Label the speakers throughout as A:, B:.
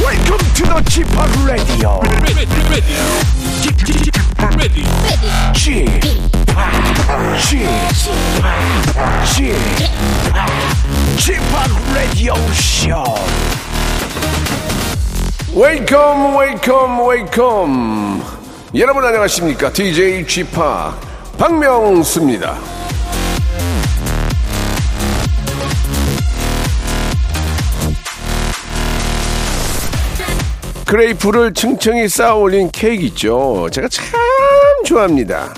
A: welcome to the Chip Radio.
B: ready, ready, ready, ready.
A: Chip, Chip, Chip, Chip Radio Show.
C: 웨이컴 웨이컴 웨이컴 여러분 안녕하십니까 DJ g p 박명수입니다 크레이프를 층층이 쌓아 올린 케이크 있죠 제가 참 좋아합니다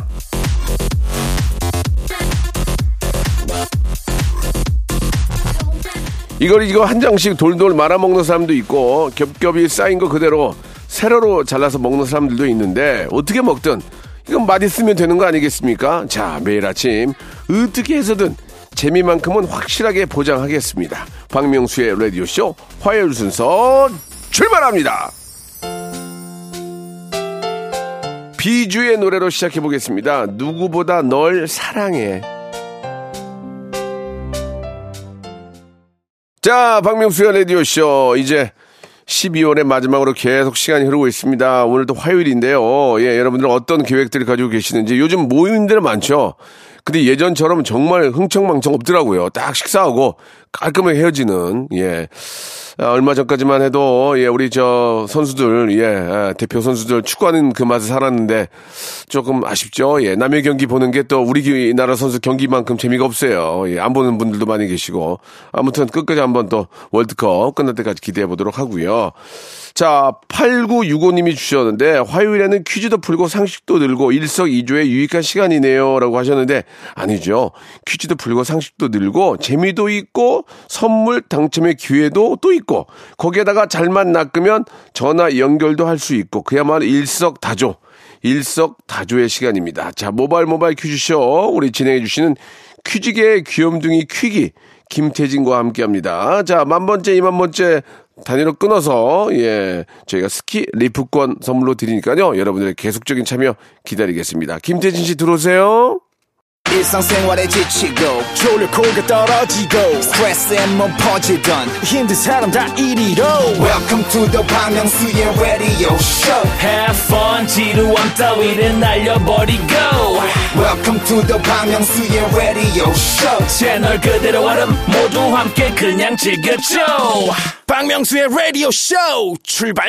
C: 이걸 이거 한 장씩 돌돌 말아 먹는 사람도 있고 겹겹이 쌓인 거 그대로 세로로 잘라서 먹는 사람들도 있는데 어떻게 먹든 이건 맛있으면 되는 거 아니겠습니까? 자 매일 아침 어떻게 해서든 재미만큼은 확실하게 보장하겠습니다. 박명수의 라디오 쇼 화요일 순서 출발합니다. 비주의 노래로 시작해 보겠습니다. 누구보다 널 사랑해. 자, 박명수의 라디오쇼. 이제 12월의 마지막으로 계속 시간이 흐르고 있습니다. 오늘도 화요일인데요. 예, 여러분들은 어떤 계획들을 가지고 계시는지 요즘 모임들 많죠? 근데 예전처럼 정말 흥청망청 없더라고요. 딱 식사하고 깔끔하게 헤어지는, 예. 아, 얼마 전까지만 해도, 예, 우리 저 선수들, 예, 아, 대표 선수들 축구하는 그 맛을 살았는데 조금 아쉽죠. 예, 남의 경기 보는 게 또 우리 기- 나라 선수 경기만큼 재미가 없어요. 예, 안 보는 분들도 많이 계시고. 아무튼 끝까지 한번 또 월드컵 끝날 때까지 기대해 보도록 하고요. 자, 8965님이 주셨는데 화요일에는 퀴즈도 풀고 상식도 늘고 일석이조의 유익한 시간이네요라고 하셨는데 아니죠. 퀴즈도 풀고 상식도 늘고 재미도 있고 선물 당첨의 기회도 또 있고 거기에다가 잘만 낚으면 전화 연결도 할 수 있고 그야말로 일석다조. 일석다조의 시간입니다. 자, 모발 모발 퀴즈쇼 우리 진행해 주시는 퀴즈계의 귀염둥이 퀴기 김태진과 함께합니다. 자, 만 번째, 이만 번째 단위로 끊어서 예 저희가 스키 리프권 선물로 드리니까요 여러분들의 계속적인 참여 기다리겠습니다. 김태진 씨 들어오세요.
D: 일상생활에 지치고, 졸려 코가 떨어지고, 스트레스에 몸 퍼지던, 힘든 사람 다 이리로. welcome to the Bang Myung-soo's radio show
E: Have fun 지루함 따위를 날려버리고
D: welcome to the Bang Myung-soo's radio show
E: 채널 그대로 얼음 모두 함께 그냥 즐겨줘
B: 박명수의 라디오 쇼 출발!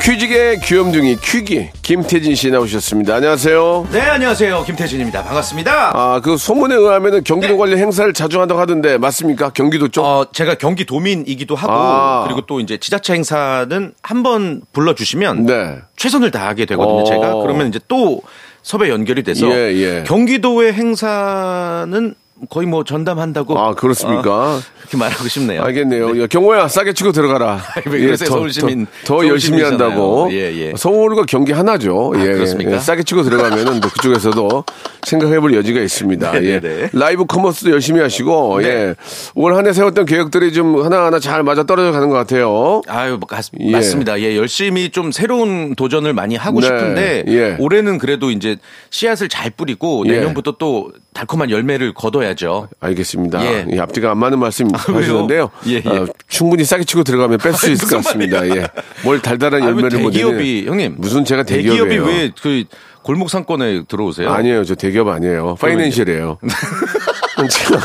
C: 퀴즈계 귀염둥이 퀴기 김태진 씨 나오셨습니다. 안녕하세요.
F: 네, 안녕하세요. 김태진입니다. 반갑습니다.
C: 아, 그 소문에 의하면은 경기도 관련 행사를 자주 한다고 하던데 맞습니까? 경기도 쪽?
F: 어, 제가 경기도민이기도 하고
C: 아.
F: 그리고 또 이제 지자체 행사는 한 번 불러 주시면
C: 네.
F: 최선을 다하게 되거든요,
C: 어.
F: 제가. 그러면 이제 또 섭외 연결이 돼서
C: 예, 예.
F: 경기도의 행사는 거의 뭐 전담한다고
C: 아, 그렇습니까?
F: 어, 이렇게 말하고 싶네요.
C: 알겠네요. 야, 경호야, 싸게 치고 들어가라. 예,
F: 왜 그러세요? 서울 시민,
C: 더,
F: 서울
C: 열심히
F: 시민이잖아요.
C: 한다고.
F: 예, 예.
C: 서울과 경기 하나죠. 예,
F: 그렇습니까?
C: 예, 싸게 치고 들어가면은 뭐 그쪽에서도 생각해볼 여지가 있습니다.
F: 네,
C: 예.
F: 네, 네.
C: 라이브 커머스도 열심히 하시고, 예. 올 한 해 세웠던 계획들이 좀 하나하나 잘 맞아 떨어져 가는 것 같아요.
F: 아유, 뭐, 맞-
C: 예.
F: 맞습니다. 예, 열심히 좀 새로운 도전을 많이 하고
C: 네,
F: 싶은데
C: 예.
F: 올해는 그래도 이제 씨앗을 잘 뿌리고
C: 예.
F: 내년부터 또 달콤한 열매를 거둬야죠.
C: 알겠습니다.
F: 예.
C: 예, 앞뒤가 안 맞는 말씀
F: 왜요?
C: 하시는데요.
F: 예, 예.
C: 어, 충분히 싸게 치고 들어가면 뺄 수 있을 것 같습니다. 예. 뭘 달달한
F: 아니, 왜
C: 열매를 보내는
F: 대기업이 형님
C: 무슨 제가 대기업이에요?
F: 대기업이 왜 그 골목 상권에 들어오세요?
C: 아니에요. 저 대기업 아니에요. 파이낸셜이에요. 제가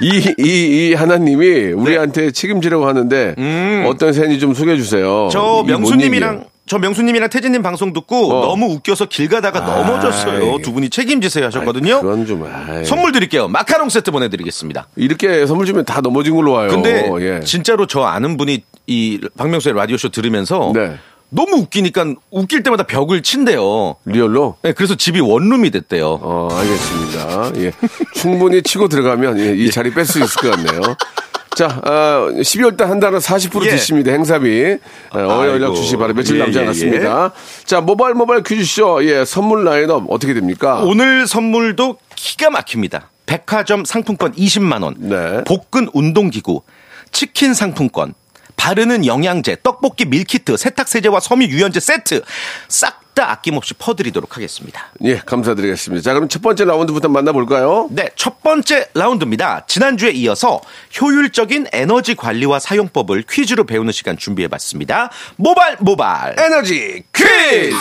C: 이, 이, 이 하나님이 우리한테
F: 네.
C: 책임지라고 하는데 어떤 샌이 좀 소개해 주세요.
F: 음. 저
C: 이뭔
F: 명수님이랑
C: 얘기예요?
F: 저 명수님이랑 태진님 방송 듣고
C: 어.
F: 너무 웃겨서 길 가다가 넘어졌어요.
C: 아이.
F: 두 분이 책임지세요 하셨거든요.
C: 그건 좀 아이.
F: 선물 드릴게요. 마카롱 세트 보내드리겠습니다.
C: 이렇게 선물 주면 다 넘어진 걸로 와요.
F: 근데
C: 예.
F: 진짜로 저 아는 분이 이 박명수의 라디오 쇼 들으면서
C: 네.
F: 너무 웃기니까 웃길 때마다 벽을 친대요.
C: 리얼로?
F: 네, 그래서 집이 원룸이 됐대요. 예.
C: 어, 알겠습니다. 예. 충분히 치고 들어가면 예, 이 자리 뺄 수 있을 것 같네요. 자, 어, 12월 달 한 달은 40%
F: 예.
C: 드십니다. 행사비. 어, 연락
F: 아이고.
C: 주시기 바랍니다. 며칠
F: 예,
C: 남지
F: 예,
C: 않았습니다. 자, 모바일 모바일 퀴즈쇼. 예, 선물 라인업 어떻게 됩니까?
F: 아. 오늘 선물도 기가 막힙니다. 백화점 상품권 20만 원,
C: 네.
F: 복근 운동기구, 치킨 상품권, 바르는 영양제, 떡볶이 밀키트, 세탁세제와 섬유 유연제 세트 싹 다 아낌없이 퍼드리도록 하겠습니다.
C: 예, 감사드리겠습니다. 자, 그럼 첫 번째 라운드부터 만나볼까요?
F: 네, 첫 번째 라운드입니다. 지난주에 이어서 효율적인 에너지 관리와 사용법을 퀴즈로 배우는 시간 준비해봤습니다. 모발 모발.
C: 에너지 퀴즈!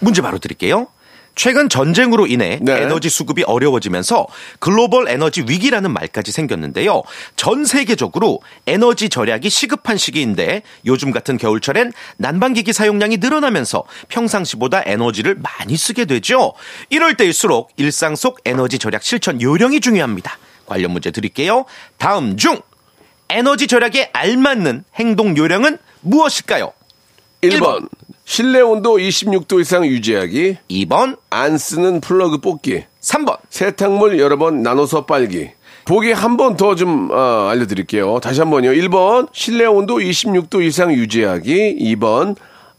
F: 문제 바로 드릴게요. 최근 전쟁으로 인해
C: 네.
F: 에너지 수급이 어려워지면서 글로벌 에너지 위기라는 말까지 생겼는데요. 전 세계적으로 에너지 절약이 시급한 시기인데 요즘 같은 겨울철엔 난방기기 사용량이 늘어나면서 평상시보다 에너지를 많이 쓰게 되죠. 이럴 때일수록 일상 속 에너지 절약 실천 요령이 중요합니다. 관련 문제 드릴게요. 다음 중 에너지 절약에 알맞는 행동 요령은 무엇일까요?
C: 1번. 실내 온도 26도 이상 유지하기.
F: 2번,
C: 안 쓰는 플러그 뽑기.
F: 3번.
C: 세탁물 여러 번 나눠서 빨기. 보기 한 번 더 좀 어, 알려드릴게요. 다시 한 번요. 1번 실내 온도 26도 이상 유지하기. 2번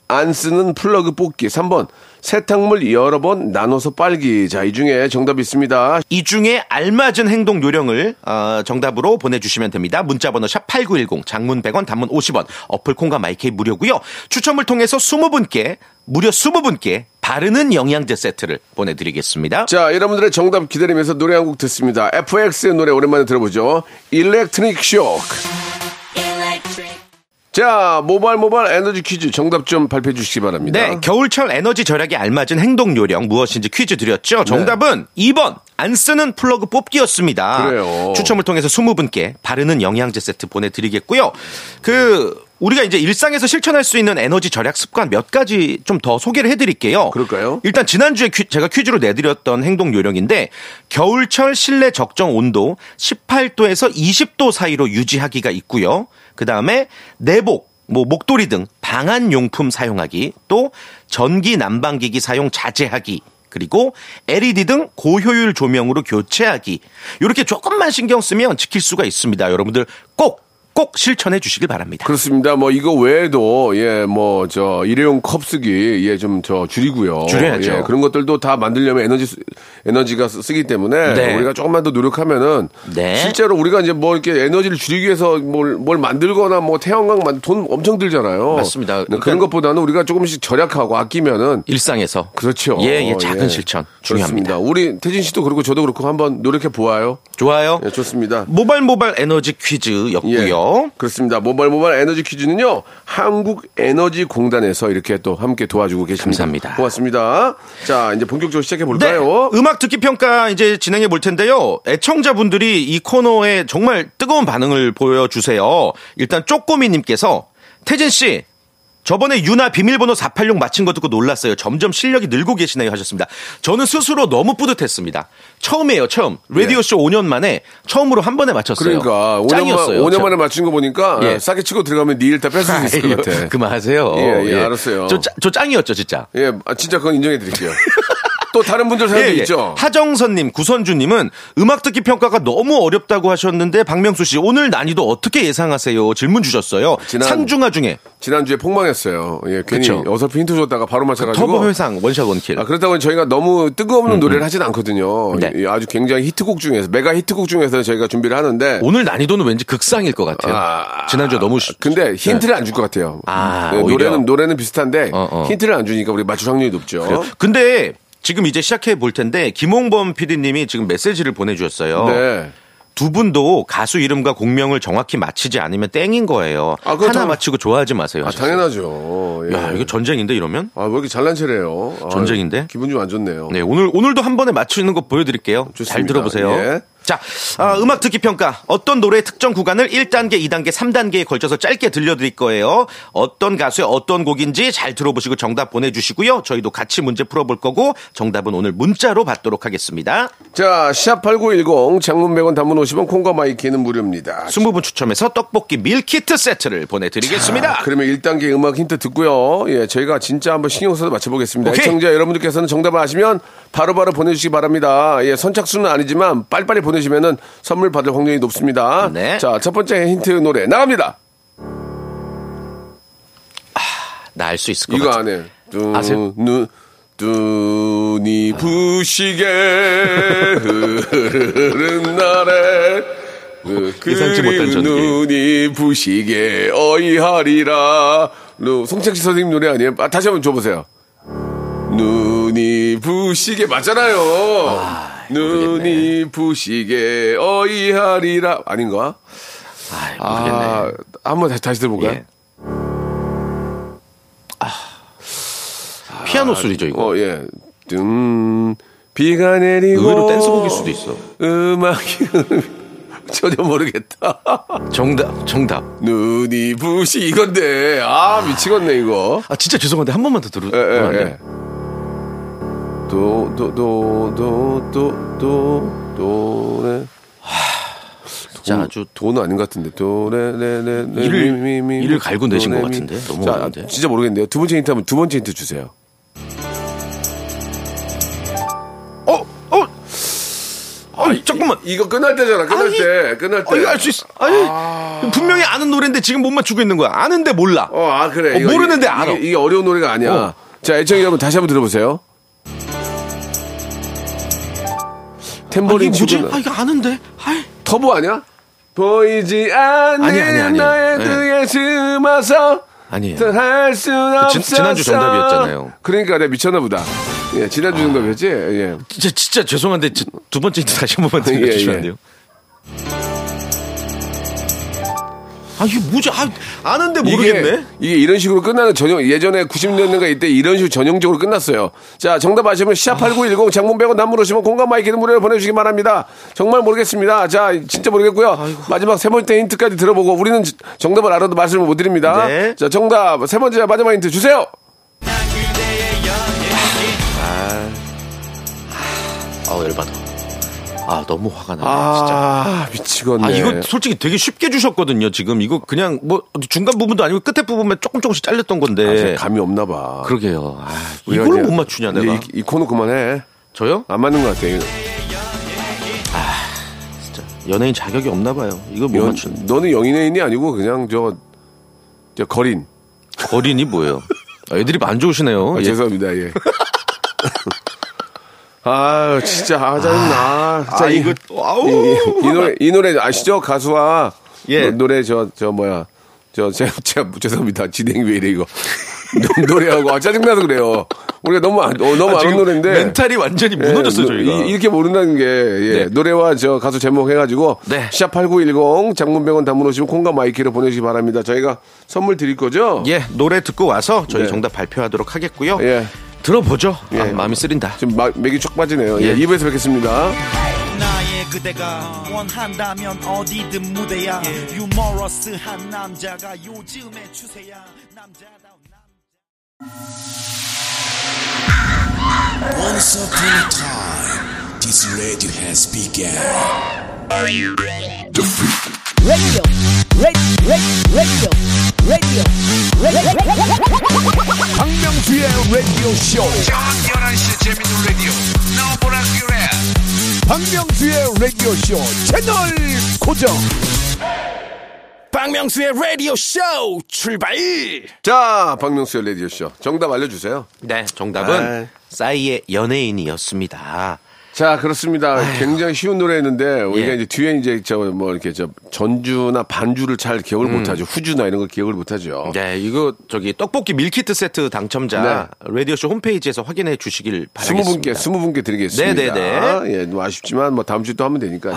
C: 안 쓰는 플러그 뽑기. 3번 세탁물 여러 번 나눠서 빨기. 자, 이 중에 정답이 있습니다.
F: 이 중에 알맞은 행동 요령을 어, 정답으로 보내주시면 됩니다. 문자번호 샵 8910, 장문 100원, 단문 50원, 어플 콩과 마이케이 무료고요. 추첨을 통해서 20분께 무려 20분께 바르는 영양제 세트를 보내드리겠습니다.
C: 자, 여러분들의 정답 기다리면서 노래 한 곡 듣습니다. FX의 노래 오랜만에 들어보죠. 일렉트릭 쇼크. 자, 모발 모발 에너지 퀴즈 정답 좀 발표해 주시기 바랍니다.
F: 네, 겨울철 에너지 절약에 알맞은 행동 요령 무엇인지 퀴즈
C: 네.
F: 드렸죠. 정답은 2번 안 쓰는 플러그 뽑기였습니다.
C: 그래요.
F: 추첨을 통해서 20분께 바르는 영양제 세트 보내드리겠고요. 그 우리가 이제 일상에서 실천할 수 있는 에너지 절약 습관 몇 가지 좀 더 소개를 해드릴게요.
C: 그럴까요?
F: 일단 지난주에 퀴- 제가 퀴즈로 내드렸던 행동 요령인데 겨울철 실내 적정 온도 18도에서 20도 사이로 유지하기가 있고요. 그다음에 내복 뭐 목도리 등 방한 용품 사용하기 또 전기 난방기기 사용 자제하기 그리고 LED 등 고효율 조명으로 교체하기 이렇게 조금만 신경 쓰면 지킬 수가 있습니다. 여러분들 꼭 꼭 실천해 주시길 바랍니다.
C: 그렇습니다. 뭐 이거 외에도 예 뭐 저 일회용 컵 쓰기 예 좀 저 줄이고요.
F: 줄여야죠.
C: 예, 그런 것들도 다 만들려면 에너지 쓰- 에너지가 쓰- 쓰기 때문에
F: 네.
C: 우리가 조금만 더 노력하면은
F: 네.
C: 실제로 우리가 이제 뭐 이렇게 에너지를 줄이기 위해서 뭘, 뭘 만들거나 뭐 태양광 만 돈 엄청 들잖아요.
F: 맞습니다.
C: 근데 그런
F: 그러니까-
C: 것보다는 우리가 조금씩 절약하고 아끼면은
F: 일상에서
C: 그렇죠.
F: 예, 예, 작은 실천 중요합니다.
C: 그렇습니다. 우리 태진 씨도 그렇고 저도 그렇고 한번 노력해 보아요.
F: 좋아요.
C: 예, 좋습니다.
F: 모발 모발 에너지 퀴즈였고요.
C: 예, 그렇습니다. 모발 모발 에너지 퀴즈는요. 한국 에너지 공단에서 이렇게 또 함께 도와주고 계십니다.
F: 감사합니다.
C: 고맙습니다. 자, 이제 본격적으로 시작해
F: 네,
C: 볼까요?
F: 음악 듣기 평가 이제 진행해 볼 텐데요. 애청자분들이 이 코너에 정말 뜨거운 반응을 보여주세요. 일단 쪼꼬미님께서 태진 씨 저번에 유나 비밀번호 486 맞힌 거 듣고 놀랐어요. 점점 실력이 늘고 계시네요 하셨습니다. 저는 스스로 너무 뿌듯했습니다. 처음이에요, 처음. 라디오 쇼 5년 만에 처음으로 한 번에 맞췄어요.
C: 예. 그러니까 5년만
F: 짱이었어요.
C: 5년 만에 맞춘 거 보니까
F: 예.
C: 싸게 치고 들어가면 니 일 다 뺏을 수 있을 것 같아.
F: 그만하세요.
C: 예, 예, 알았어요.
F: 저, 짜- 저 짱이었죠, 진짜.
C: 예, 아, 진짜 그건 인정해 드릴게요. 또 다른 분들 사연도
F: 예, 예.
C: 있죠.
F: 하정선님, 구선주님은 음악 듣기 평가가 너무 어렵다고 하셨는데 박명수 씨 오늘 난이도 어떻게 예상하세요? 질문 주셨어요.
C: 아, 지난-
F: 상중하 중에
C: 지난주에 폭망했어요. 예, 괜히
F: 그쵸. 그
C: 어설프 힌트 줬다가 바로 맞춰 가지고
F: 터보 회상 원샷 원킬.
C: 아, 그렇다고 저희가 너무 뜨거운 노래를 하진 않거든요.
F: 네.
C: 이 아주 굉장히 히트곡 중에서 메가 히트곡 중에서 저희가 준비를 하는데
F: 오늘 난이도는 왠지 극상일 것 같아요.
C: 그 아,
F: 지난주 에 너무 쉬-
C: 근데 힌트를 안 줄 것 같아요.
F: 네. 아,
C: 네,
F: 오히려.
C: 노래는 노래는 비슷한데
F: 어, 어.
C: 힌트를 안 주니까 우리 맞출 확률이 높죠.
F: 그래요. 근데 지금 이제 시작해 볼 텐데 김홍범 PD님이 지금 메시지를 보내주셨어요.
C: 네.
F: 두 분도 가수 이름과 공명을 정확히 맞히지 않으면 땡인 거예요.
C: 아, 그거
F: 하나
C: 당-
F: 맞히고 좋아하지 마세요.
C: 아, 당연하죠. 예.
F: 야 이거 전쟁인데 이러면?
C: 아, 왜 이렇게 잘난 체래요? 아,
F: 전쟁인데?
C: 기분 좀 안 좋네요.
F: 네, 오늘 오늘도 한 번에 맞추는 거 보여드릴게요.
C: 좋습니다.
F: 잘 들어보세요.
C: 예.
F: 자, 아, 음악 듣기 평가. 어떤 노래의 특정 구간을 1단계, 2단계, 3단계에 걸쳐서 짧게 들려드릴 거예요. 어떤 가수의 어떤 곡인지 잘 들어보시고 정답 보내주시고요. 저희도 같이 문제 풀어볼 거고 정답은 오늘 문자로 받도록 하겠습니다.
C: 자, 샵8910 장문 100원 단문 50원 콩과 마이키는 무료입니다.
F: 20분 추첨해서 떡볶이 밀키트 세트를 보내드리겠습니다.
C: 아, 그러면 1단계 음악 힌트 듣고요. 예, 저희가 진짜 한번 신경 써서 맞춰보겠습니다.
F: 오케이.
C: 시청자 여러분들께서는 정답을 아시면 바로바로 보내주시기 바랍니다. 예, 선착순은 아니지만 빨리빨리 보내시면은 선물 받을 확률이 높습니다.
F: 네.
C: 자, 첫 번째 힌트 노래 나갑니다.
F: 나 알 수 있을 것
C: 이거
F: 같아.
C: 안 해.
F: 아세요?
C: 눈, 눈이 부시게 흐르는 날에 그
F: 예상치 못한
C: 그리운
F: 전개.
C: 눈이 부시게 어이하리라. 루- 송창식 선생님 노래 아니에요? 아, 다시 한번 줘보세요. 눈이 부시게 맞잖아요. 눈이 부시게 어이하리라 아닌가?
F: 아이, 모르겠네.
C: 아, 한번 다시, 다시 들어볼까요?
F: 예. 아, 피아노 소리죠 이거.
C: 어, 예. 음, 비가 내리고.
F: 의외로 댄스곡일 수도 있어.
C: 음악이. 전혀 모르겠다.
F: 정답, 정답.
C: 눈이 부시 이건데. 아, 미치겠네, 이거.
F: 아 진짜 죄송한데 한 번만 더 들어.
C: 예,
F: 보면 안
C: 예,
F: 돼요?
C: 예. 도, 도, 도, 도, 도, 도, 도, 래
F: 진짜 아주
C: 도는 아닌 것 같은데. 도, 네, 레, 레, 레, 레.
F: 이를- 이를 갈고 내신 것 같은데. 너무
C: 네, 자,
F: 어려운데.
C: 진짜 모르겠네요. 두 번째 힌트 하면 두 번째 힌트 주세요.
F: 어, 어, 어, 잠깐만.
C: 이거 끝날 때잖아, 끝날
F: 아니,
C: 때. 끝날 때.
F: 어, 이거 알 수 있어. 아니, 분명히 아는 노래인데 지금 못 맞추고 있는 거야. 아는데 몰라.
C: 어, 아, 그래.
F: 어,
C: 이게-
F: 모르는데 알아.
C: 이게, 이게 어려운 노래가 아니야.
F: 어.
C: 자, 애청이 여러분 다시 한번 들어보세요. 탬버린
F: 이게 뭐지?
C: 치고는
F: 아, 이거 아는데. 아이.
C: 터보 아니야? 보이지 않는
F: 아니, 아니, 아니.
C: 너의
F: 네.
C: 등에 숨어서
F: 아니에요. 그
C: 할순 없어
F: 지- 지난주 정답이었잖아요. 아.
C: 그러니까 내가 미쳤나 보다. 예, 지난주 정답이었지? 예.
F: 진짜, 진짜 죄송한데 저- 두 번째 힌트 다시 한 번만
C: 예,
F: 들려주시면 안
C: 예.
F: 돼요? 아, 이게 뭐지? 아, 아는데 모르겠네.
C: 이게 이런 식으로 끝나는 전용 예전에 90년대가 이때 이런 식으로 전형적으로 끝났어요. 자 정답 아시면 시합 8910 장문 100원 남문 오시면 공감 마이크는 무료로 보내주시기 바랍니다. 정말 모르겠습니다. 자 진짜 모르겠고요. 마지막 세 번째 힌트까지 들어보고 우리는 지- 정답을 알아도 말씀을 못 드립니다.
F: 네.
C: 자 정답 세 번째 마지막 힌트 주세요.
F: 아우, 열받아. 아, 너무 화가 나네, 진짜.
C: 아 미치겠네.
F: 아, 이거 솔직히 되게 쉽게 주셨거든요, 지금. 이거 그냥 뭐 중간 부분도 아니고 끝에 부분만 조금 조금씩 잘렸던 건데.
C: 감이 없나 봐.
F: 아, 네. 그러게요. 아,
C: 우리가
F: 이걸
C: 이제-
F: 못 맞추냐,
C: 이제
F: 내가.
C: 이, 이 코너 그만해.
F: 저요?
C: 안 맞는 것 같아. 이거.
F: 진짜. 연예인 자격이 없나 봐요. 이거 못
C: 연,
F: 맞추는.
C: 너는 영인애인이 아니고 그냥 저, 저 거린.
F: 거린이 뭐예요? 아, 애들이 안 좋으시네요.
C: 아,
F: 예.
C: 죄송합니다. 예. 아 진짜 아 짜증나. 진짜
F: 아,
C: 이-
F: 이거 또, 아우.
C: 이, 이, 이 노래 이 노래 아시죠 가수와
F: 예.
C: 노- 노래 저 저 뭐야 저 제가 제가 죄송합니다 진행 왜 이래 이거 노- 노래하고 아, 짜증나서 그래요. 우리가 너무 안, 어, 너무 아는
F: 아, 지금
C: 노래인데
F: 멘탈이 완전히
C: 예,
F: 무너졌어요,
C: 노-
F: 저희가.
C: 이, 이렇게 모른다는 게 예,
F: 네.
C: 노래와 저 가수 제목 해가지고
F: 네.
C: 시합 8910 장문 100원 단문 오시면 콩과 마이키로 보내주시기 바랍니다. 저희가 선물 드릴 거죠?
F: 예, 노래 듣고 와서 저희
C: 예.
F: 정답 발표하도록 하겠고요.
C: 예.
F: 들어보죠. 아,
C: 예.
F: 마음이 쓰린다.
C: 지금 마, 맥이 촉 빠지네요.
F: 예.
C: 예, 2부에서 뵙겠습니다.
D: 나의 그대가 원한다면 어디든 무대야 유머러스한 남자가 요즘의 추세야 남자다운 남자
G: Once upon a time, this radio has begun.
H: radio, radio, radio, radio, radio, radio.
A: 박명수의 라디오 쇼. 저녁 11시 재밌는 라디오. 나보라 그래. 박명수의 라디오 쇼 채널 고정.
B: 박명수의 라디오 쇼 출발
C: 자, 박명수의 라디오쇼. 정답 알려주세요.
F: 네, 정답은
C: 아이.
F: 싸이의 연예인이었습니다.
C: 자, 그렇습니다. 굉장히 쉬운 노래였는데, 우리가
F: 예.
C: 이제 뒤에 이제 저 뭐 이렇게 저 전주나 반주를 잘 기억을 못하죠. 후주나 이런 걸 기억을 못하죠.
F: 음. 네, 이거 저기 떡볶이 밀키트 세트 당첨자 라디오쇼 홈페이지에서 확인해 주시길
C: 네. 스무
F: 바라겠습니다.
C: 분께, 스무 분께 드리겠습니다.
F: 네네네. 아,
C: 예, 뭐 아쉽지만 뭐 다음 주에 또 하면 되니까요.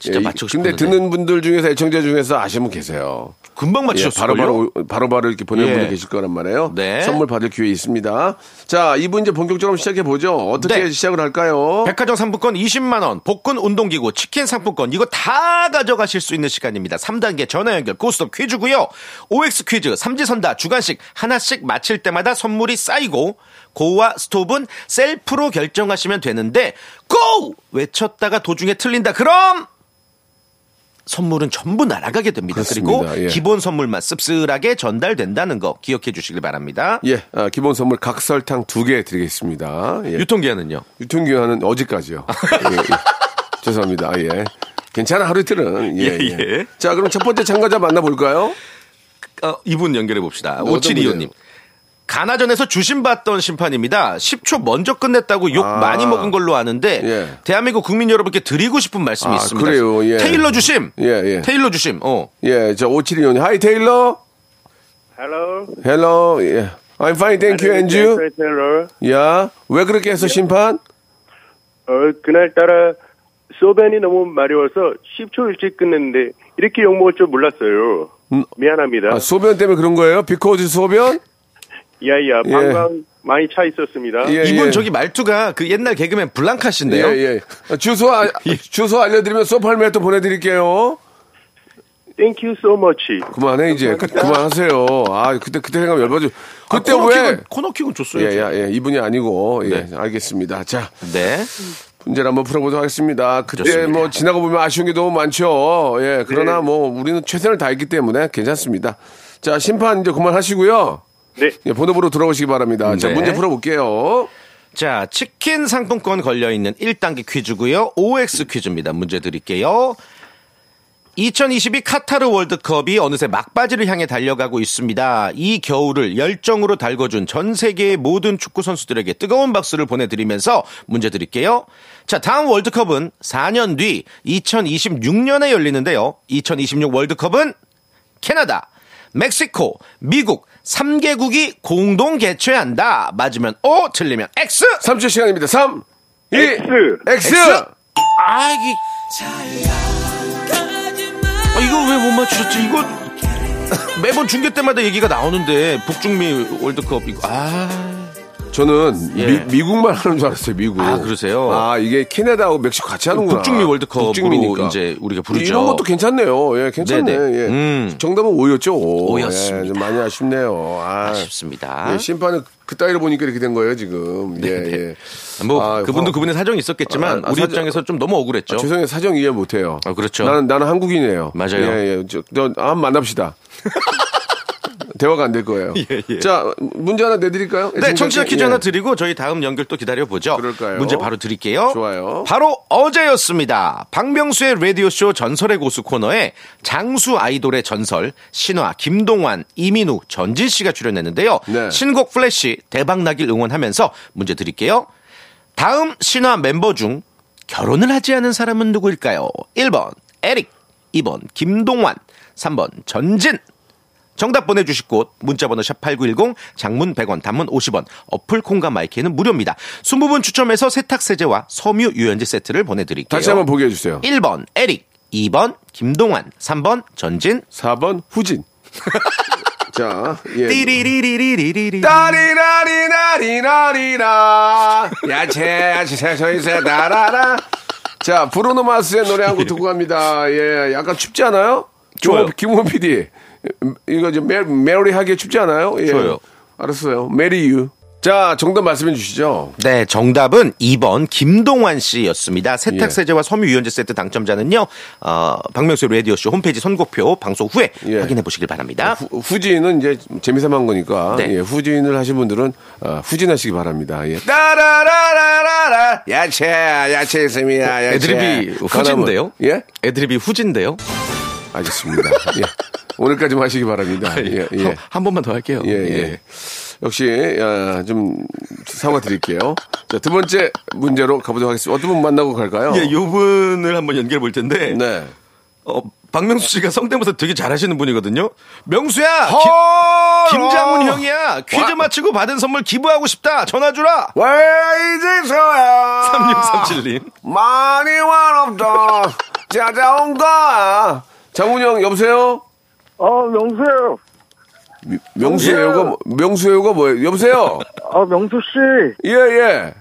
F: 진짜
C: 예,
F: 맞추고
C: 근데
F: 싶은데.
C: 듣는 분들 중에서 애청자 중에서 아시는 분 계세요.
F: 금방
C: 예,
F: 맞추셨어요.
C: 바로바로 바로바로 이렇게 보내는
F: 예.
C: 분들 계실 거란 말이에요.
F: 네.
C: 선물 받을 기회 있습니다. 자, 이분 이제 본격적으로 시작해 보죠. 어떻게
F: 네.
C: 시작을 할까요?
F: 백화점 상품권 20만 원, 복근 운동기구, 치킨 상품권 이거 다 가져가실 수 있는 시간입니다. 3단계 전화 연결 고스톱 퀴즈고요. OX 퀴즈, 삼지선다 주간식 하나씩 맞힐 때마다 선물이 쌓이고 고와 스톱은 셀프로 결정하시면 되는데 고! 외쳤다가 도중에 틀린다. 그럼 선물은 전부 날아가게 됩니다. 그리고
C: 그렇습니다. 예.
F: 기본 선물만 씁쓸하게 전달된다는 거 기억해 주시길 바랍니다.
C: 예, 아, 기본 선물 각설탕 두 개 드리겠습니다. 예.
F: 유통기한은요?
C: 아. 유통기한은 어제까지요. 예, 예. 죄송합니다. 예. 괜찮아, 하루 이틀은. 예,
F: 예,
C: 예.
F: 예.
C: 자, 그럼 첫 번째 참가자 만나볼까요?
F: 어, 이분 연결해 봅시다.
C: 네, 어떤
F: 5725님.
C: 분이에요?
F: 가나전에서 주심받던 심판입니다. 10초 먼저 끝냈다고 욕
C: 아.
F: 많이 먹은 걸로 아는데
C: 예.
F: 대한민국 국민 여러분께 드리고 싶은 말씀이
C: 아,
F: 있습니다.
C: 그래요? 예.
F: 테일러 주심.
C: 예, 예.
F: 테일러 주심. 어.
C: 예, 저, 5725님. Hi, Taylor.
I: Hello.
C: Hello. Yeah. I'm fine, thank you, and you?
I: Taylor.
C: 야, 왜 그렇게 했어, 심판?
I: 어, 그날따라 소변이 너무 마려워서 10초 일찍 끝냈는데 이렇게 욕먹을 줄 몰랐어요. 미안합니다.
C: 아, 소변 때문에 그런 거예요? Because 소변?
I: 야야,
C: 예.
I: 방광 많이 차 있었습니다.
C: 예,
F: 이분
C: 예.
F: 저기 말투가 그 옛날 개그맨 블랑카
C: 예,
F: 씨인데요.
C: 예. 아, 주소, 아, 주소 알려드리면 소팔메트 보내드릴게요.
I: Thank you so much.
C: 그만해, 이제. 그, 그만하세요. 아, 그때, 그때 생각하면 열받죠. 아, 그때 왜?
F: 코너킥은, 코너킥은 줬어요.
C: 예, 예, 예. 이분이 아니고. 예,
F: 그렇죠. 네.
C: 알겠습니다. 자,
F: 네.
C: 문제를 한번 풀어보도록 하겠습니다. 그때
F: 좋습니다. 네.
C: 뭐 지나고 보면 아쉬운 게 너무 많죠. 예, 그러나 뭐 우리는 최선을 다했기 때문에 괜찮습니다. 자, 심판 이제 그만하시고요.
I: 네.
C: 예, 본업으로 돌아오시기 바랍니다. 자,
F: 네.
C: 문제 풀어볼게요.
F: 자, 치킨 상품권 걸려있는 1단계 퀴즈고요. OX 퀴즈입니다. 문제 드릴게요. 2022 카타르 월드컵이 어느새 막바지를 향해 달려가고 있습니다. 이 겨울을 열정으로 달궈준 전 세계의 모든 축구 선수들에게 뜨거운 박수를 보내드리면서 문제 드릴게요. 자, 다음 월드컵은 4년 뒤 2026년에 열리는데요. 2026 월드컵은 캐나다, 멕시코, 미국 3개국이 공동 개최한다. 맞으면 O, 틀리면 X.
C: 3초 시간입니다. 3, 2, X.
F: X. 아, 이게. 아, 이거 왜 못 맞추셨지? 이거 매번 중계 때마다 얘기가 나오는데 북중미 월드컵 이거 아
C: 저는
F: 예.
C: 미, 미국만 하는 줄 알았어요, 미국.
F: 아, 그러세요?
C: 아, 이게 캐나다하고 멕시코 같이 하는구나.
F: 북중미 월드컵으로
C: 북중미니까.
F: 이제 우리가 부르죠.
C: 이런 것도 괜찮네요. 예, 괜찮네.
F: 네네.
C: 예.
F: 음.
C: 정답은 오였죠. 오.
F: 오였습니다.
C: 예, 좀 많이 아쉽네요. 아.
F: 아쉽습니다.
C: 예, 심판은 그 따위로 보니까 이렇게 된 거예요, 지금. 예, 예.
F: 뭐
C: 아,
F: 그분도
C: 화-
F: 그분의 사정이 있었겠지만
C: 아, 아,
F: 우리
C: 사정-
F: 입장에서 좀 너무 억울했죠.
C: 아, 죄송해요. 사정 이해 못해요.
F: 아, 그렇죠.
C: 나는, 나는 한국인이에요.
F: 맞아요.
C: 예, 예. 저, 저, 한번 만납시다. 대화가 안 될 거예요. 자, 문제 하나 내드릴까요?
F: 네, 청취자 퀴즈
C: 예.
F: 하나 드리고 저희 다음 연결 또 기다려보죠.
C: 그럴까요?
F: 문제 바로 드릴게요.
C: 좋아요.
F: 바로 어제였습니다. 박명수의 라디오쇼 전설의 고수 코너에 장수 아이돌의 전설, 신화, 김동완, 이민우, 전진 씨가 출연했는데요.
C: 네.
F: 신곡 플래시 대박나길 응원하면서 문제 드릴게요. 다음 신화 멤버 중 결혼을 하지 않은 사람은 누구일까요? 1번 에릭, 2번 김동완, 3번 전진. 정답 보내주실 곳 문자번호 샵 8910 장문 100원 단문 50원 어플 콩과 마이크는 무료입니다. 20분 추첨해서 세탁세제와 섬유 유연제 세트를 보내드릴게요.
C: 다시 한번 보게 해주세요.
F: 1번 에릭 2번 김동완 3번 전진
C: 4번 후진. 자, 예.
F: 띠리리리리리리
C: 따리라리라리라리라 야채 야채 저희세 나라라 자 브루노 마스의 노래 한 곡 듣고 갑니다 예 약간 춥지 않아요?
F: 좋아요.
C: 김원 PD 이거 이제 메, 메리하게 춥지 않아요? 예.
F: 좋아요.
C: 알았어요 메리 유자 정답 말씀해 주시죠
F: 네, 정답은 2번 김동완 씨였습니다. 세탁세제와 섬유 유연제 세트 당첨자는요. 어, 박명수 라디오 쇼 홈페이지 선곡표 방송 후에
C: 예.
F: 확인해 보시길 바랍니다.
C: 후, 후진은 이제 재미삼아 한 거니까
F: 아, 네.
C: 예, 후진을 하신 분들은 아, 후진하시기 바랍니다 예.
F: 따라라라라라.
C: 야채 야채 있습니다 야채
F: 어, 애드립이 후진데요?
C: 예?
F: 애드립이 후진데요?
C: 알겠습니다. 예. 오늘까지만 하시기 바랍니다.
F: 아,
C: 예, 예.
F: 한, 한 번만 더 할게요.
C: 예, 예. 역시, 아, 좀, 사과드릴게요. 자, 두 번째 문제로 가보도록 하겠습니다. 어떤 분 만나고 갈까요?
F: 예, 요 분을 한번 연결해 볼 텐데.
C: 네.
F: 어, 박명수 씨가 성대모사 되게 잘하시는 분이거든요. 명수야!
C: 헐!
F: 김, 장훈
C: 어.
F: 형이야! 퀴즈
C: 와.
F: 맞히고 받은 선물 기부하고 싶다! 전화 주라!
C: 왜 이제서야!
F: 3637님.
C: 많이 와롭다. 찾아온 거야. 장훈이 형, 여보세요?
I: 어, 명수요.
C: 명수예요가, 뭐- 명수예요가 뭐예요? 여보세요?
I: 어, 명수 씨.
C: 예, 예.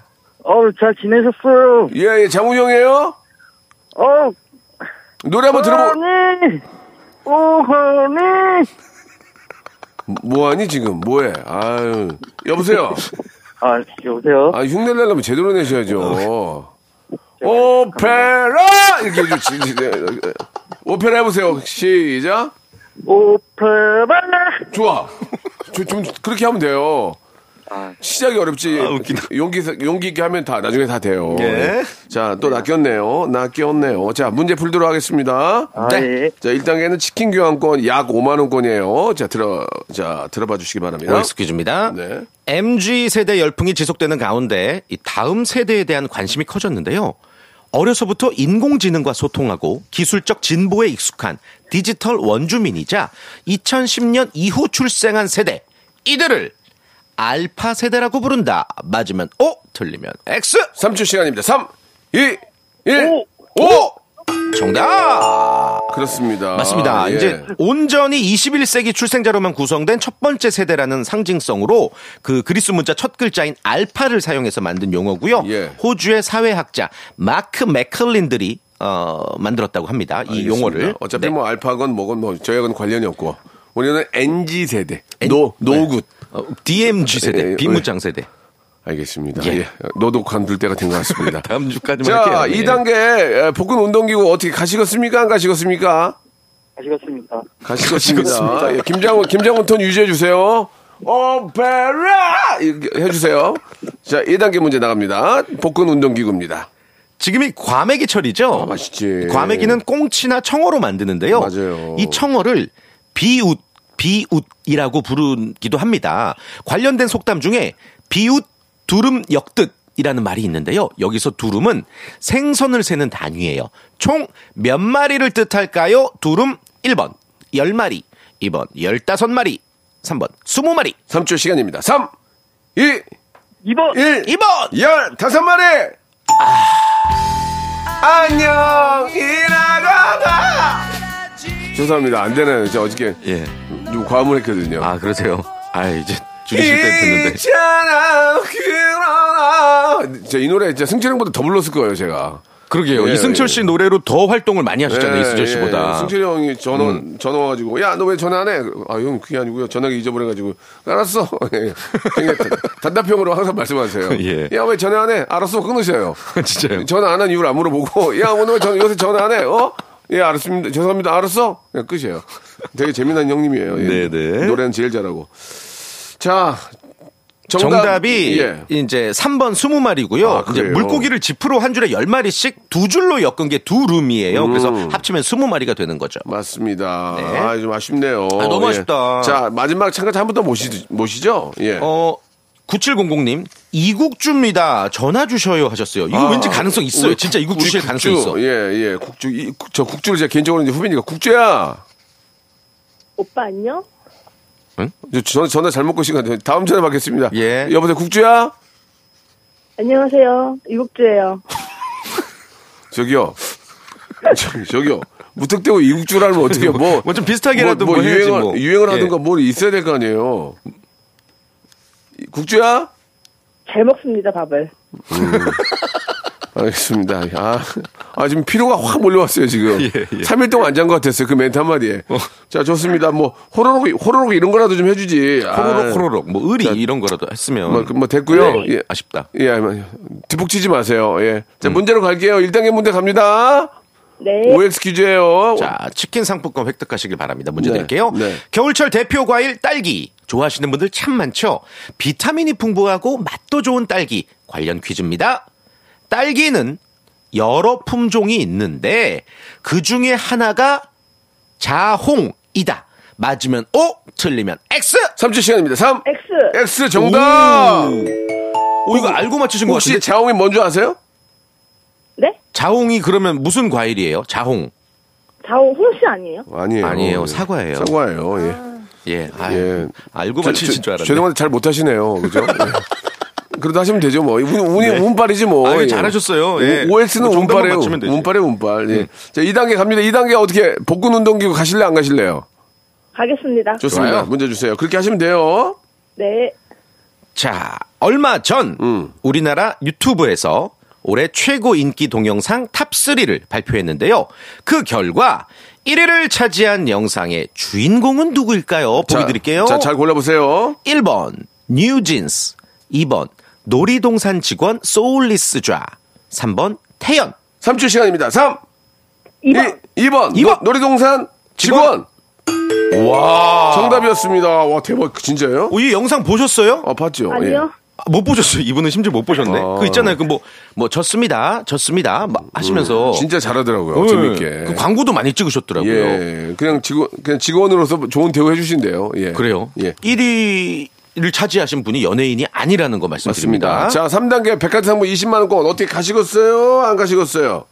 I: 어, 잘 지내셨어요.
C: 예, 예. 장훈이 형이에요?
I: 어,
C: 노래 한번 들어보,
H: 네.
I: 허니. 오, 허니.
C: 뭐하니, 지금? 뭐해? 아유. 여보세요?
I: 아, 여보세요?
C: 아, 흉내 내려면 제대로
I: 어,
C: 내셔야죠. 오페라! 이렇게 해주지. 네. 오페라 해보세요. 시작.
I: 오페라.
C: 좋아. 저, 좀, 그렇게 하면 돼요. 시작이 어렵지.
F: 아, 웃기다.
C: 용기 용기 있게 하면 다 나중에 다 돼요. 네.
F: 예.
C: 자, 또 낚였네요. 낚였네요. 자, 문제 풀도록 하겠습니다. 네.
I: 예.
C: 자, 1단계는 치킨 교환권 약 5만 원권이에요. 자, 들어 자, 들어봐 주시기 바랍니다.
F: OX 퀴즈입니다.
C: 네.
F: MG 세대 열풍이 지속되는 가운데 이 다음 세대에 대한 관심이 커졌는데요. 어려서부터 인공지능과 소통하고 기술적 진보에 익숙한 디지털 원주민이자 2010년 이후 출생한 세대 이들을 알파 세대라고 부른다. 맞으면 O, 틀리면 X.
C: 3초 시간입니다. 3 2 1 오!
F: 정답.
C: 그렇습니다.
F: 아, 맞습니다.
C: 예.
F: 이제 온전히 21세기 출생자로만 구성된 첫 번째 세대라는 상징성으로 그 그리스 문자 첫 글자인 알파를 사용해서 만든 용어고요.
C: 예.
F: 호주의 사회학자 마크 맥클린들이 어, 만들었다고 합니다. 이
C: 예. 알겠습니다.
F: 용어를.
C: 어차피
F: 네.
C: 뭐 알파건 뭐건 뭐 저희하고는 관련이 없고 우리는 NG 세대 노 노굿
F: 어, DMG
C: 예, 예.
F: 세대, 비무장 세대.
C: 알겠습니다.
F: 예.
C: 예. 노도 관둘 때가 된 것 같습니다.
F: 다음 주까지만
C: 자,
F: 할게요. 예.
C: 2단계 에, 복근 운동기구 어떻게 가시겠습니까? 안 가시겠습니까?
I: 아시겠습니다.
C: 가시겠습니다. 예, 김장훈 김장훈 톤 유지해 주세요. 오페라 이렇게 해주세요. 자, 1단계 문제 나갑니다. 복근 운동기구입니다.
F: 지금이 과메기철이죠.
C: 아, 맛있지.
F: 과메기는 꽁치나 청어로 만드는데요.
C: 맞아요.
F: 이 청어를 비웃, 비웃이라고 부르기도 합니다. 관련된 속담 중에 비웃 두름 역뜻 이라는 말이 있는데요. 여기서 두름은 생선을 세는 단위예요. 총 몇 마리를 뜻할까요? 두름 1번, 10마리, 2번, 15마리, 3번, 20마리,
C: 3초 시간입니다. 3, 2,
I: 2번
C: 1.
F: 2번!
C: 15마리! 아, 안녕, 일하다가! 죄송합니다. 안 되네요. 제가 어저께
F: 예.
C: 좀 과음을 했거든요.
F: 아, 그러세요. 아, 이제 줄이실 때 듣는데.
C: 있잖아, 그러나. 제이 노래 진짜 승철형보다 더 불렀을 거예요, 제가.
F: 그러게요.
C: 예,
F: 이승철 씨 노래로 더 활동을 많이 하셨잖아요.
C: 예,
F: 이승철 씨보다. 음.
C: 예, 예. 승철이 형이 전화, 전화 와가지고, 야, 너 왜 전화 안 해? 아, 형, 그게 아니고요. 전화기 잊어버려가지고, 알았어. 예. 그냥 단답형으로 항상 말씀하세요.
F: 예.
C: 야, 왜 전화 안 해? 알았어. 끊으세요.
F: 진짜요?
C: 전화 안 한 이유를 안 물어보고, 야, 오늘 왜 전, 요새 전화 안 해? 어? 예, 알았습니다. 죄송합니다. 알았어? 그냥 끝이에요. 되게 재미난 형님이에요. 예.
F: 네네.
C: 노래는 제일 잘하고. 자, 정답.
F: 정답이
C: 예.
F: 이제 3번 20마리고요.
C: 아,
F: 이제
C: 그래요?
F: 물고기를 지프로 한 줄에 10마리씩 두 줄로 엮은 게 두 룸이에요. 그래서
C: 음.
F: 합치면 20마리가 되는 거죠.
C: 맞습니다.
F: 네.
C: 아, 좀 아쉽네요.
F: 아, 너무
C: 예.
F: 아쉽다.
C: 자, 마지막 참가자 한 분 더 모시, 모시죠? 예.
F: 어 9700님 이국주입니다. 전화 주셔요 하셨어요. 이거
C: 아,
F: 왠지 가능성 있어요.
C: 우리
F: 진짜
C: 국-
F: 이국 주실
C: 우리
F: 가능성
C: 국주,
F: 있어.
C: 예, 예. 국주, 이, 국- 저 국주를 제가 개인적으로 이제 후배니까 국주야!
H: 오빠 안녕?
C: 저 전화, 전화 잘못 거신 것 같아요. 다음 전화 받겠습니다.
F: 예.
C: 여보세요, 국주야?
H: 안녕하세요. 이국주예요.
C: 저기요. 저, 저기요. 무턱대고 이국주를 하면 어떻게 뭐.
F: 뭐좀 비슷하게라도 뭐 해야지
C: 유행을,
F: 뭐.
C: 유행을
F: 예.
C: 하든가 뭘 있어야 될 거 아니에요. 이- 국주야?
H: 잘 먹습니다, 밥을.
C: 알겠습니다. 아, 아, 지금 피로가 확 몰려왔어요, 지금.
F: 예,
C: 3일 동안 안 잔 것 같았어요, 그 멘트 한마디에. 자, 좋습니다. 뭐, 호로록, 호로록 이런 거라도 좀 해주지. 아,
F: 호로록 호로록 뭐 의리 이런 거라도 했으면
C: 뭐, 뭐 됐고요.
F: 네,
C: 예.
F: 아쉽다. 음.
C: 예, 아니, 뒷북치지 마세요. 예. 자, 문제로 갈게요. 1단계 문제 갑니다.
H: 네.
C: OX 퀴즈예요.
F: 자, 치킨 상품권 획득하시길 바랍니다. 문제
C: 네,
F: 드릴게요.
C: 네.
F: 겨울철 대표 과일 딸기. 좋아하시는 분들 참 많죠? 비타민이 풍부하고 맛도 좋은 딸기. 관련 퀴즈입니다. 딸기는 여러 품종이 있는데 그 중에 하나가 자홍이다. 맞으면 O, 틀리면 X!
C: 3초 시간입니다. 3,
H: X.
C: X 정답!
F: 오, 이거 알고 맞추신 것
C: 혹시
F: 같은데
C: 자홍이 뭔지 아세요?
H: 네?
F: 자홍이 그러면 무슨 과일이에요? 자홍.
H: 자홍 홍씨 아니에요?
C: 아니에요.
F: 아니에요. 사과예요.
C: 사과예요. 예.
F: 예. 아,
C: 예.
F: 알고
C: 저-
F: 맞추신
C: 저-
F: 줄 알았네.
C: 죄송한데 잘 못하시네요. 그죠? 예. 그래도 하시면 되죠, 뭐. 운, 운이, 운빨이지, 뭐.
F: 아, 잘하셨어요. 예.
C: OX는
F: 정답만
C: 운빨이에요.
F: 맞추면 되지. 음.
C: 운빨이에요, 운빨. 예. 자, 2단계 갑니다. 2단계 어떻게, 복근 운동기구 가실래요, 안 가실래요?
H: 가겠습니다.
C: 좋습니다.
F: 좋아요.
C: 문제 주세요. 그렇게 하시면 돼요.
H: 네.
F: 자, 얼마 전
C: 음.
F: 우리나라 유튜브에서 올해 최고 인기 동영상 탑3를 발표했는데요. 그 결과 1위를 차지한 영상의 주인공은 누구일까요?
C: 자,
F: 보여드릴게요.
C: 자, 잘 골라보세요.
F: 1번 뉴진스 2번 놀이동산 직원 소울리스 좌 3번 태연
C: 3초 시간입니다. 3,
H: 2번.
C: 2번.
F: 이번.
C: 놀이동산 직원. 와.
F: 아.
C: 정답이었습니다. 와, 대박. 진짜요?
F: 어, 이 영상 보셨어요?
C: 아, 봤죠?
H: 아니요.
F: 아, 못 보셨어요. 이분은 심지어 못 보셨네.
C: 아.
F: 그 있잖아요. 그 뭐, 뭐, 졌습니다. 졌습니다. 막 하시면서.
C: 예. 진짜 잘하더라고요.
F: 어,
C: 재밌게.
F: 그 광고도 많이 찍으셨더라고요.
C: 예. 그냥 직원, 그냥 직원으로서 좋은 대우 해주신대요. 예.
F: 그래요.
C: 예.
F: 1위를 차지하신 분이 연예인이 아니라는 거 말씀드립니다.
C: 맞습니다. 자, 3단계 백화점 상품 20만원권 어떻게 가시겠어요? 안 가시겠어요?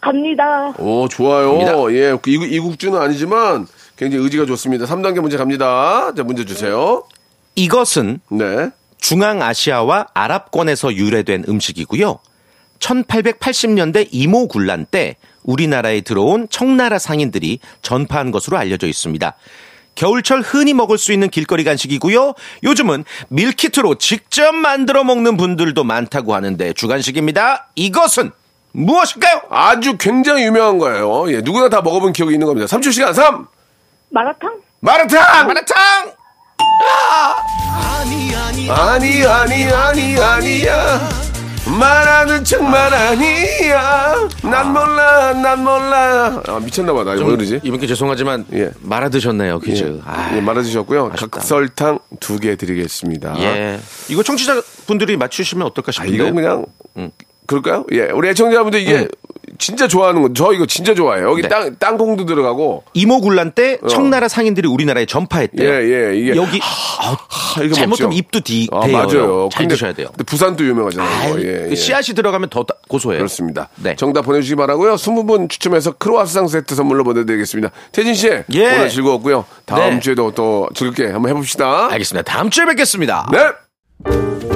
H: 갑니다.
C: 오, 좋아요.
F: 갑니다.
C: 예. 그 이국, 이국주는 아니지만 굉장히 의지가 좋습니다. 3단계 문제 갑니다. 자, 문제 주세요.
F: 이것은
C: 네.
F: 중앙아시아와 아랍권에서 유래된 음식이고요. 1880년대 이모 군란 때 우리나라에 들어온 청나라 상인들이 전파한 것으로 알려져 있습니다. 겨울철 흔히 먹을 수 있는 길거리 간식이고요. 요즘은 밀키트로 직접 만들어 먹는 분들도 많다고 하는데 주간식입니다. 이것은 무엇일까요?
C: 아주 굉장히 유명한 거예요. 예. 누구나 다 먹어본 기억이 있는 겁니다. 3초 시간 3!
H: 마라탕?
C: 마라탕! 마라탕! 아니 아니 아니 아니야 말하는 척만 아니야 난 몰라 난 몰라 아, 미쳤나봐 나 왜 그러지
F: 이분께 죄송하지만
C: 예.
F: 말아 드셨네요. 퀴즈.
C: 예,
F: 아,
C: 예, 말아주셨고요
F: 아쉽다.
C: 각설탕 두 개 드리겠습니다
F: 예. 이거 청취자분들이 맞추시면 어떨까
C: 아,
F: 싶은데요. 음.
C: 이거 그냥 그럴까요 예 우리 애청자분들 이게 진짜 좋아하는 건저 이거 진짜 좋아해요 여기
F: 네.
C: 땅 땅콩도 들어가고
F: 이모군란 때 청나라 상인들이 우리나라에 전파했대요.
C: 예, 예, 이게
F: 네. 여기
C: 하, 이거
F: 잘못하면
C: 먹죠.
F: 입도 디,
C: 아,
F: 돼요.
C: 맞아요
F: 잘
C: 근데-
F: 드셔야 돼요.
C: 근데 부산도
F: 아,
C: 유명하잖아요 이거. 예,
F: 그
C: 예.
F: 씨앗이 들어가면 더 따- 고소해요.
C: 그렇습니다.
F: 네.
C: 정답 보내주시기 바라고요. 20분 추첨해서 크로와상 세트 선물로 보내드리겠습니다. 태진 씨
F: 예.
C: 오늘 즐거웠고요. 다음
F: 네.
C: 주에도 또 즐겁게 한번 해봅시다.
F: 알겠습니다. 다음 주에 뵙겠습니다.
C: 네.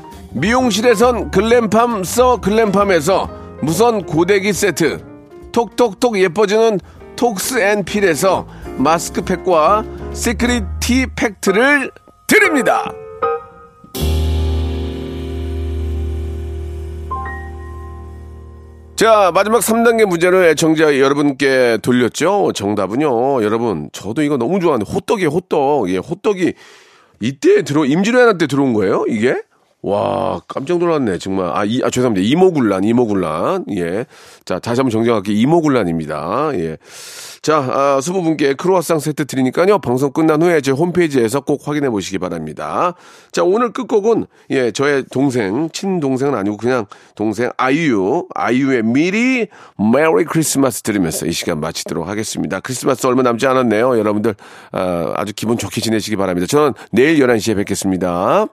C: 미용실에선 글램팜 써 글램팜에서 무선 고데기 세트 톡톡톡 예뻐지는 톡스앤필에서 마스크팩과 시크릿 티 팩트를 드립니다 자, 마지막 3단계 문제를 애청자 여러분께 돌렸죠? 정답은요, 여러분. 저도 이거 너무 좋아하는데, 호떡이에요, 호떡. 예, 호떡이 이때 들어, 임진왜란 때 들어온 거예요? 이게? 와, 깜짝 놀랐네, 정말. 아, 이, 아, 죄송합니다. 이모굴란, 이모굴란. 예. 자, 다시 한번 정정할게요. 이모굴란입니다. 예. 자, 아, 20분께 크로아상 세트 드리니까요. 방송 끝난 후에 제 홈페이지에서 꼭 확인해 보시기 바랍니다. 자, 오늘 끝곡은 예, 저의 동생, 친동생은 아니고 그냥 동생 아이유, 아이유의 미리 메리 크리스마스 들으면서 이 시간 마치도록 하겠습니다. 크리스마스 얼마 남지 않았네요. 여러분들 아, 아주 기분 좋게 지내시기 바랍니다. 저는 내일 11시에 뵙겠습니다.